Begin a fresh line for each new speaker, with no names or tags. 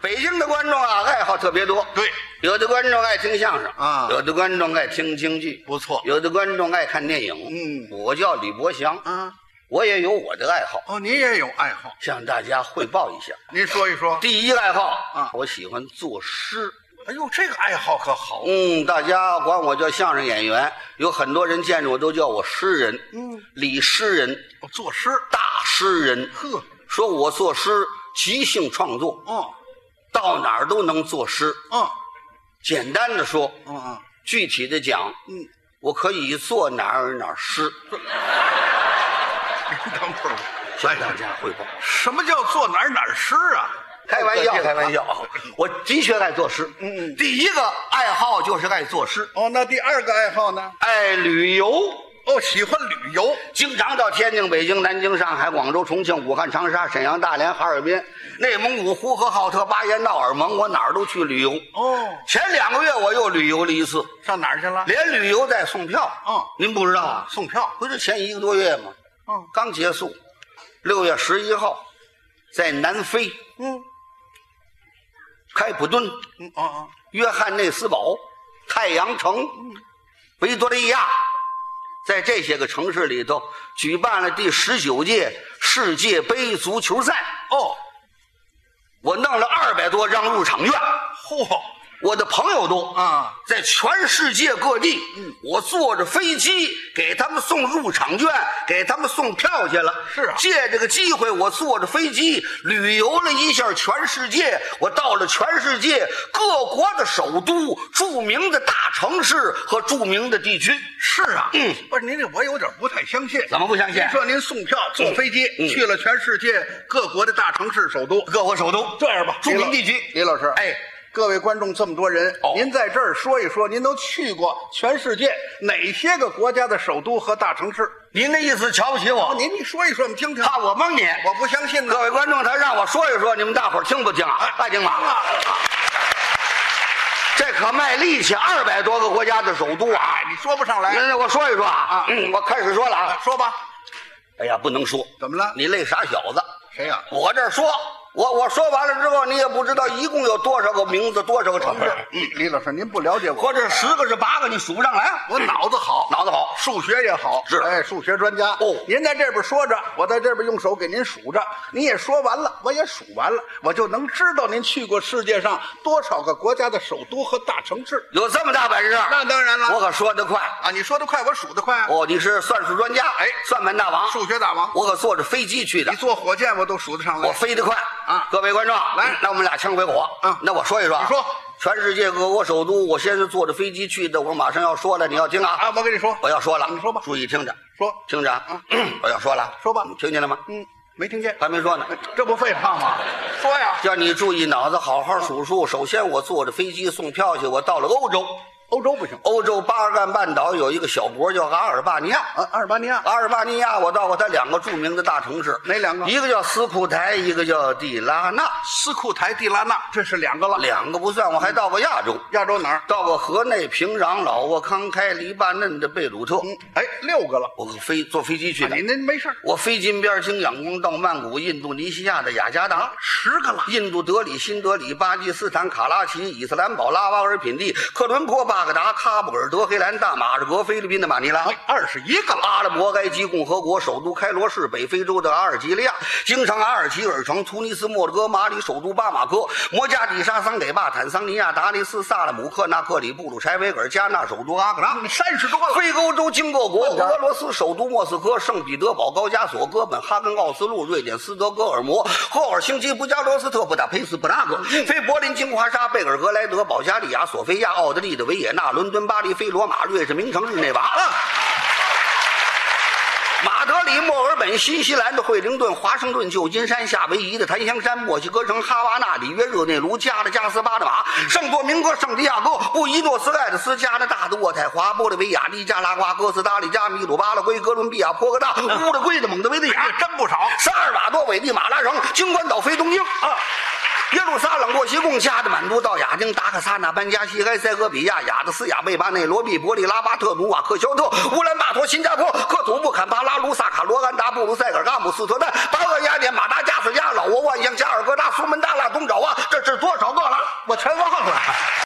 北京的观众啊，爱好特别多。
对，
有的观众爱听相声
啊
有的观众爱听京剧，
不错
有的观众爱看电影。
嗯
我叫李伯祥，
啊，
我也有我的爱好，
哦，你也有爱好，
向大家汇报一下。
您说一说。
第一个爱好
啊
我喜欢作诗。
哎呦，这个爱好可好，哦
嗯，大家管我叫相声演员，有很多人见着我都叫我诗人。
嗯，
李诗人，
作诗，
大诗人。
呵，
说我作诗，即兴创作，
哦，
到哪儿都能作诗。
嗯，
简单的说，
嗯嗯，
具体的讲，
嗯，
我可以做哪儿哪儿诗，
您等会儿，
向大家汇报。
什么叫做哪儿哪儿诗啊？
开玩笑，
这个
开玩笑，我的确爱作诗。
嗯嗯
第一个爱好就是爱作诗，
哦，那第二个爱好呢？
爱旅游，
哦，喜欢旅游，
经常到天津、北京、南京、上海、广州、重庆、武汉、长沙、沈阳、大连、哈尔滨、内蒙古、呼和浩特、巴彦淖尔、蒙古，我哪儿都去旅游。
哦，
前两个月我又旅游了一次，
上哪儿去了？
连旅游带送票。
嗯
您不知道啊？
送票，
不是前一个多月吗？
嗯
刚结束，六月十一号，在南非
嗯
开普敦、
嗯，哦哦，
约翰内斯堡、太阳城、维多利亚，在这些个城市里头举办了第十九届世界杯足球赛。
哦，
我弄了二百多张入场券，
嚯，
我的朋友多
啊，嗯
在全世界各地，我坐着飞机给他们送入场券，给他们送票去了。
是啊
借这个机会，我坐着飞机旅游了一下全世界，我到了全世界各国的首都、著名的大城市和著名的地区。
是啊，
嗯，
不是您这我有点不太相信，
怎么不相信
您说您送票坐飞机、
嗯
去了全世界各国的大城市、首都，
各国首都
这样吧，
著名地区，
李老师，
哎，
各位观众这么多人，
哦
您在这儿说一说，您都去过全世界哪些个国家的首都和大城市？哦
您的意思瞧不起我，
您你说一说，我们听听。
怕我蒙你？
我不相信呢
各。位观众，他让我说一说，你们大伙儿听不听啊？爱听吗？
啊，
这可卖力气，二百多个国家的首都啊！
你说不上来，
那我说一说
啊
啊，嗯，我开始说了啊。
说吧，
哎呀，不能说，
怎么了？
你累傻小子！
谁呀？
我这儿说，我我说完了之后，你也不知道一共有多少个名字，多少个城市，
李老师，您不了解我，
或者十个是八个，你数不上来。啊
我脑子好，
脑子好，
数学也好，
是
哎，数学专家。
哦
您在这边说着，我在这边用手给您数着，您也说完了，我也数完了，我就能知道您去过世界上多少个国家的首都和大城市。
有这么大本事？
那当然了
我可说得快。
啊，你说得快，我数得快啊。
哦，你是算术专家，
哎
算盘大王，
数学大王，
我可坐着飞机去的
你，坐火箭我都数得上来。
我飞得快
啊
各位观众，
来
那我们俩枪回火
啊
那我说一说啊，
你说
全世界各国首都，我先是坐着飞机去的，我马上要说了，你要听啊
啊，我跟你说，
我要说了，
你说吧
注意听着，
说嗯
听着啊， 我要说了，
说吧
你听见了吗？
嗯，没听见，
还没说呢，
这不废话吗？说呀，
叫你注意脑子，好好数数。首先，我坐着飞机送票去，我到了欧洲，
欧洲不行，
欧洲巴尔干半岛有一个小国叫阿尔巴尼亚。
啊，阿尔巴尼亚，
阿尔巴尼亚，我到过它两个著名的大城市，
哪两个
一个叫斯库台，一个叫蒂拉纳，
斯库台、蒂拉纳，这是两个了。
两个不算，我还到过亚洲，
亚洲哪儿？
到过河内、平壤、老挝、康开、黎巴嫩的贝鲁特。
嗯，哎，六个了。
我可飞坐飞机去
啊
的
你，那没事儿
我飞金边、经仰光到曼谷、印度尼西亚的雅加达、
十个了。
印度德里、新德里、巴基斯坦卡拉奇、伊斯兰堡、拉瓦尔品第、克伦坡、巴格达、喀布尔、德黑兰、大马士革、菲律宾的马尼拉。
哎，二十一个了。
阿拉伯埃及共和国首都开罗市，北非洲的阿尔及利亚，京城阿尔及尔城，突尼斯莫斯科，马里首都巴马科，摩加底沙、桑给坝、坦桑尼亚、达雷斯、萨勒姆、克纳克里、布鲁柴维尔、加纳首都阿克拉。
三十多了。
非欧洲经过国，
慢点
俄罗斯首都莫斯科、圣彼得堡、高加索、哥本哈根、奥斯陆、瑞典斯德哥尔摩、赫尔辛基、布加罗斯特、布达佩斯、布拉格，非柏林、金华沙、贝尔格莱德、保加利亚、索菲亚、奥地利的维也纳、伦敦、巴黎、非罗马、瑞士名城、日内瓦。马德里、墨尔本、新西兰的惠灵顿、华盛顿、旧金山、夏威夷的檀香山、墨西哥城、哈瓦那、里约热内卢、加的加斯巴的马、圣多明哥、圣地亚哥、布宜诺斯艾利斯、加拿大的渥太华、玻利维亚、尼加拉瓜、哥斯达黎加、秘鲁、巴拉圭、哥伦比亚、波哥大、乌拉圭的蒙德维利亚
哎，真不少。
萨尔瓦多、委内马拉城、金关岛、非东京啊。耶路撒冷、过西贡、加的满都到亚丁、达克萨那、班加西、埃塞俄比亚、雅的斯亚、贝巴内、罗毕、伯利、拉巴特、努瓦克肖特、乌兰巴托、新加坡、克土布、坎帕拉、卢萨卡、罗安达、布鲁塞尔、阿姆斯特丹、巴厄雅典、马达加斯加、老挝、万象、加尔各答、苏门答腊、东爪哇，这是多少我全忘了。